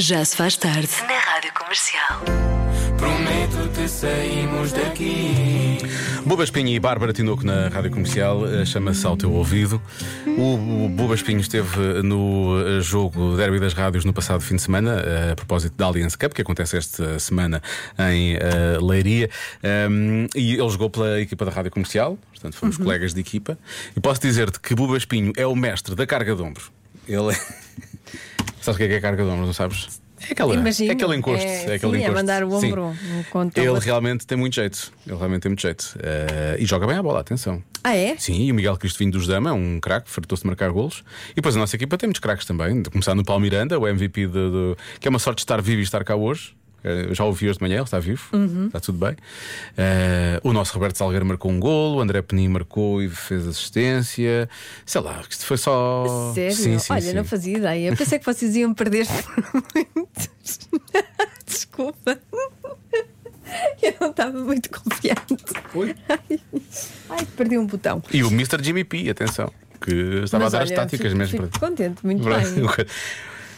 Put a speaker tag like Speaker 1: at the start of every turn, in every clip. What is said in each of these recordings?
Speaker 1: Já se faz tarde.
Speaker 2: na Rádio Comercial.
Speaker 3: Prometo-te saímos daqui.
Speaker 4: Buba Espinho e Bárbara Tinoco na Rádio Comercial eh, chama-se Ao Teu Ouvido. O, o Buba Espinho esteve eh, no eh, jogo Derby das Rádios no passado fim de semana, eh, a propósito da Allianz Cup, que acontece esta semana em eh, Leiria. Ehm, e ele jogou pela equipa da Rádio Comercial, portanto fomos colegas de equipa. E posso dizer-te que Buba Espinho é o mestre da carga de ombro. Ele é. sabes o que é, que é carga de ombro, não sabes? É, aquela,
Speaker 5: Imagino.
Speaker 4: é aquele encosto.
Speaker 5: É,
Speaker 4: aquele
Speaker 5: sim, é
Speaker 4: encosto.
Speaker 5: mandar o
Speaker 4: Sim.
Speaker 5: ombro contra o
Speaker 4: Ele
Speaker 5: outro.
Speaker 4: realmente tem muito jeito. Ele realmente tem muito jeito. Eh, e joga bem a bola, atenção.
Speaker 5: Ah, é?
Speaker 4: Sim, e o Miguel Cristovinho dos Dama é um craque, fartou-se de marcar golos. E depois a nossa equipa tem muitos craques também. De começar no Paulo Miranda, o MVP, de, do- que é uma sorte de estar vivo e estar cá hoje. Eh, Já ouvi hoje de manhã, ele está vivo,
Speaker 5: Uhum.
Speaker 4: está tudo bem. Eh, o nosso Roberto Salgueiro marcou um golo, o André Penin marcou e fez assistência. Sei lá, que isto foi só.
Speaker 5: Sério?
Speaker 4: Oh, Sim, sim,
Speaker 5: Olha,
Speaker 4: sim.
Speaker 5: não fazia ideia. Eu pensei que vocês iam perder por muitos. Desculpa. Eu não estava muito confiante.
Speaker 4: Oi?
Speaker 5: Ai, perdi um botão.
Speaker 4: E o Mr. Jimmy P, atenção, que estava
Speaker 5: Mas
Speaker 4: a dar as
Speaker 5: olha,
Speaker 4: táticas
Speaker 5: fico-
Speaker 4: mesmo.
Speaker 5: fico
Speaker 4: para-
Speaker 5: contente, muito
Speaker 4: Verdade.
Speaker 5: bem.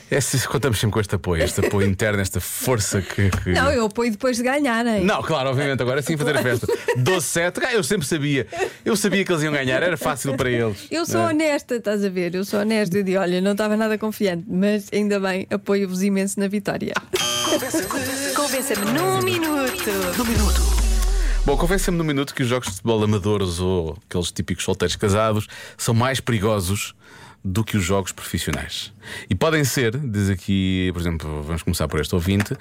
Speaker 4: É, se- contamos sempre com este apoio, este apoio interno, esta força que. que-
Speaker 5: Não, eu apoio depois de ganharem.
Speaker 4: Não, claro, obviamente, agora sim fazer a festa. 12-7, ah, eu sempre sabia. Eu sabia que eles iam ganhar, era fácil para eles.
Speaker 5: Eu sou
Speaker 4: É.
Speaker 5: honesta, estás a ver? Eu sou honesta. Eu digo, olha, não estava nada confiante, mas ainda bem, apoio-vos imenso na vitória.
Speaker 2: Convença-me num minuto.
Speaker 4: Bom, convença-me no minuto que os jogos de futebol amadores ou aqueles típicos solteiros casados são mais perigosos do que os jogos profissionais. E podem ser, diz aqui, por exemplo, vamos começar por este ouvinte,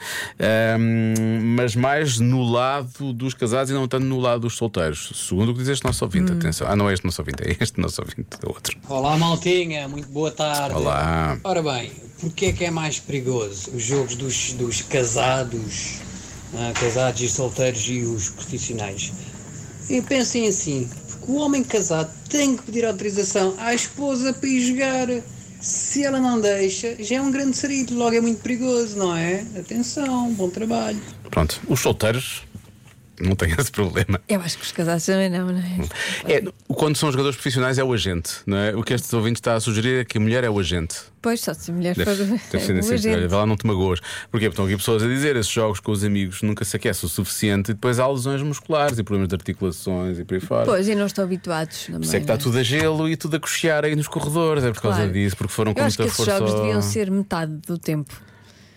Speaker 4: hum, mas mais no lado dos casados e não tanto no lado dos solteiros. Segundo o que diz este nosso ouvinte, atenção. Ah, não é este nosso ouvinte, é este nosso ouvinte, é outro.
Speaker 6: Olá, Maltinha, muito boa tarde.
Speaker 4: Olá.
Speaker 6: Ora bem, porquê é que é mais perigoso? Os jogos dos, dos casados, ah, casados e solteiros e os profissionais? E pensem assim, porque o homem casado tem que pedir autorização à esposa para ir jogar. Se ela não deixa, já é um grande sarilho, logo é muito perigoso, não é? Atenção, bom trabalho.
Speaker 4: Pronto, os solteiros não têm esse problema.
Speaker 5: Eu acho que os casados também não, não é?
Speaker 4: É, quando são jogadores profissionais é o agente, não é? O que este ouvinte está a sugerir é que a mulher é o agente.
Speaker 5: Pois, só se mulheres
Speaker 4: Deve, assim,
Speaker 5: forem-
Speaker 4: deve ser nesse
Speaker 5: é Boa
Speaker 4: sentido. Olha,
Speaker 5: gente.
Speaker 4: vai lá, não te magoas. Porque é, estão aqui pessoas a dizer esses jogos com os amigos nunca se aquece o suficiente e depois há lesões musculares e problemas de articulações e por aí fora.
Speaker 5: Pois, e não estão habituados.
Speaker 4: Por isso é que está tudo a gelo e tudo a cochear aí nos corredores, é por causa
Speaker 5: Claro.
Speaker 4: disso, porque foram com
Speaker 5: Eu acho que
Speaker 4: muita
Speaker 5: esses
Speaker 4: força.
Speaker 5: jogos
Speaker 4: ao-
Speaker 5: deviam ser metade do tempo.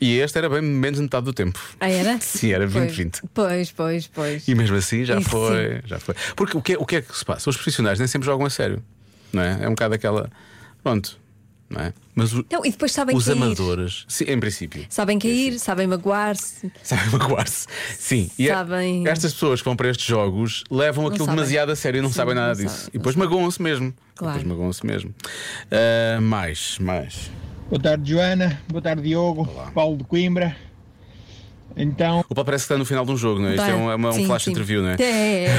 Speaker 4: E este era bem menos de metade do tempo.
Speaker 5: Ah, era?
Speaker 4: Sim, era 20,
Speaker 5: Pois,
Speaker 4: 20.
Speaker 5: Pois, pois, pois.
Speaker 4: E mesmo assim já
Speaker 5: Isso
Speaker 4: foi, já foi. Porque o que, é, o que é que se passa? Os profissionais nem sempre jogam a sério, não é? É um bocado aquela. Pronto, não é? Mas o-
Speaker 5: Não, e depois sabem
Speaker 4: os
Speaker 5: cair.
Speaker 4: amadores, sim, em princípio.
Speaker 5: Sabem cair, sabem magoar-se.
Speaker 4: Sabem magoar-se. Sim. E é-
Speaker 5: Sabem-
Speaker 4: Estas pessoas que vão para estes jogos levam aquilo
Speaker 5: sabem.
Speaker 4: demasiado a sério e não
Speaker 5: Sim,
Speaker 4: sabem
Speaker 5: não
Speaker 4: nada disso.
Speaker 5: sabem,
Speaker 4: e
Speaker 5: não
Speaker 4: depois magoam-se mesmo.
Speaker 5: Claro.
Speaker 4: Depois magoam-se mesmo. Ah, mais, mais.
Speaker 7: Boa tarde, Joana. Boa tarde, Diogo. Paulo de Coimbra. Então,
Speaker 4: O Paulo parece que está no final de um jogo, não é? Isto é um, é uma- um
Speaker 5: Tá. Sim,
Speaker 4: flash
Speaker 5: sim.
Speaker 4: interview, não é?
Speaker 5: É, é.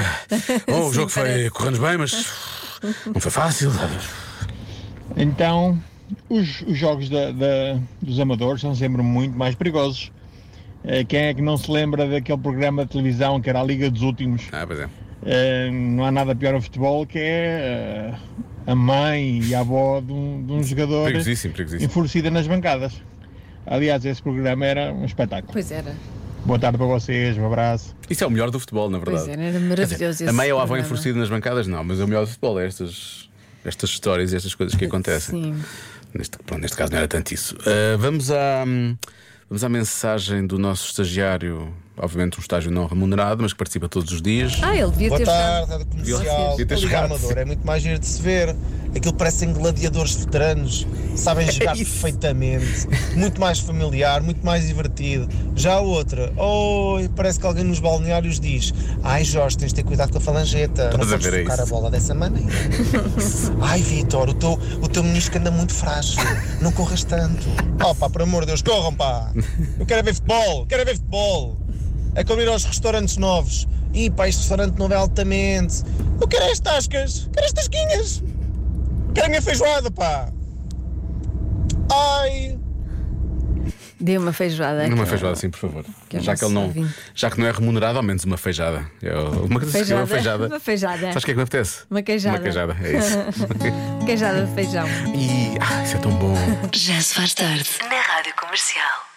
Speaker 4: Oh, o
Speaker 5: Sim,
Speaker 4: jogo foi
Speaker 5: parece.
Speaker 4: correndo bem, mas não foi fácil.
Speaker 7: então os, os jogos da- da- dos amadores são sempre muito mais perigosos. Eh, Quem é que não se lembra daquele programa de televisão que era a Liga dos Últimos?
Speaker 4: Ah, pois é.
Speaker 7: Eh, não há nada pior no futebol que é eh, a mãe e a avó de um, de um jogador
Speaker 4: Perigosíssimo, perigosíssimo.
Speaker 7: enfurecida nas bancadas. Aliás, esse programa era um espetáculo.
Speaker 5: Pois era.
Speaker 7: Boa tarde para vocês, um abraço.
Speaker 4: Isso é o melhor do futebol, na verdade.
Speaker 5: Pois era, era
Speaker 4: Quer
Speaker 5: maravilhoso
Speaker 4: dizer,
Speaker 5: esse
Speaker 4: a meia ou a avó
Speaker 5: programa.
Speaker 4: enfurecida nas bancadas, não, mas o melhor do futebol é estas, estas histórias e estas coisas que acontecem.
Speaker 5: Sim.
Speaker 4: Neste, pronto, neste caso não era tanto isso. Ah, vamos, à, vamos à mensagem do nosso estagiário, obviamente um estágio não remunerado, mas que participa todos os dias.
Speaker 5: Ah, ele devia
Speaker 8: Boa
Speaker 5: ter
Speaker 8: tarde, rádio
Speaker 4: Viu?
Speaker 8: comercial.
Speaker 4: Devia ter
Speaker 8: A Liga
Speaker 4: jogado.
Speaker 8: Amadora é muito mais giro de se ver. Aquilo parecem gladiadores veteranos, sabem
Speaker 4: É
Speaker 8: jogar perfeitamente, muito mais familiar, muito mais divertido. Já a outra, oi, parece que alguém nos balneários diz: Ai Jorge, tens de ter cuidado com a falangeta, não
Speaker 4: Estás a
Speaker 8: podes
Speaker 4: ver, é
Speaker 8: tocar
Speaker 4: isso.
Speaker 8: a bola dessa maneira. Ai Vitor, o teu, o teu menisco anda muito frágil, não corras tanto. Oh pá, por amor de Deus, corram pá! Eu quero é ver futebol, quero é ver futebol! a comer aos restaurantes novos. E pá, este restaurante novo é altamente. Eu quero é as tascas, quero as tasquinhas, quero a minha feijoada, pá. Ai,
Speaker 5: Dê uma feijoada.
Speaker 4: Numa
Speaker 5: aquela.
Speaker 4: feijoada, sim, por favor.
Speaker 5: é? que é
Speaker 4: já, que ele não,
Speaker 5: nosso ouvinte.
Speaker 4: já que não é remunerado, ao menos uma feijada. É uma,
Speaker 5: Feijada,
Speaker 4: uma feijada.
Speaker 5: uma feijada.
Speaker 4: Sabes o que é que me apetece?
Speaker 5: Uma queijada.
Speaker 4: Uma queijada, é isso.
Speaker 5: Queijada de feijão.
Speaker 4: e. Ah, isso é tão bom.
Speaker 1: Já se faz tarde.
Speaker 2: Na Rádio Comercial.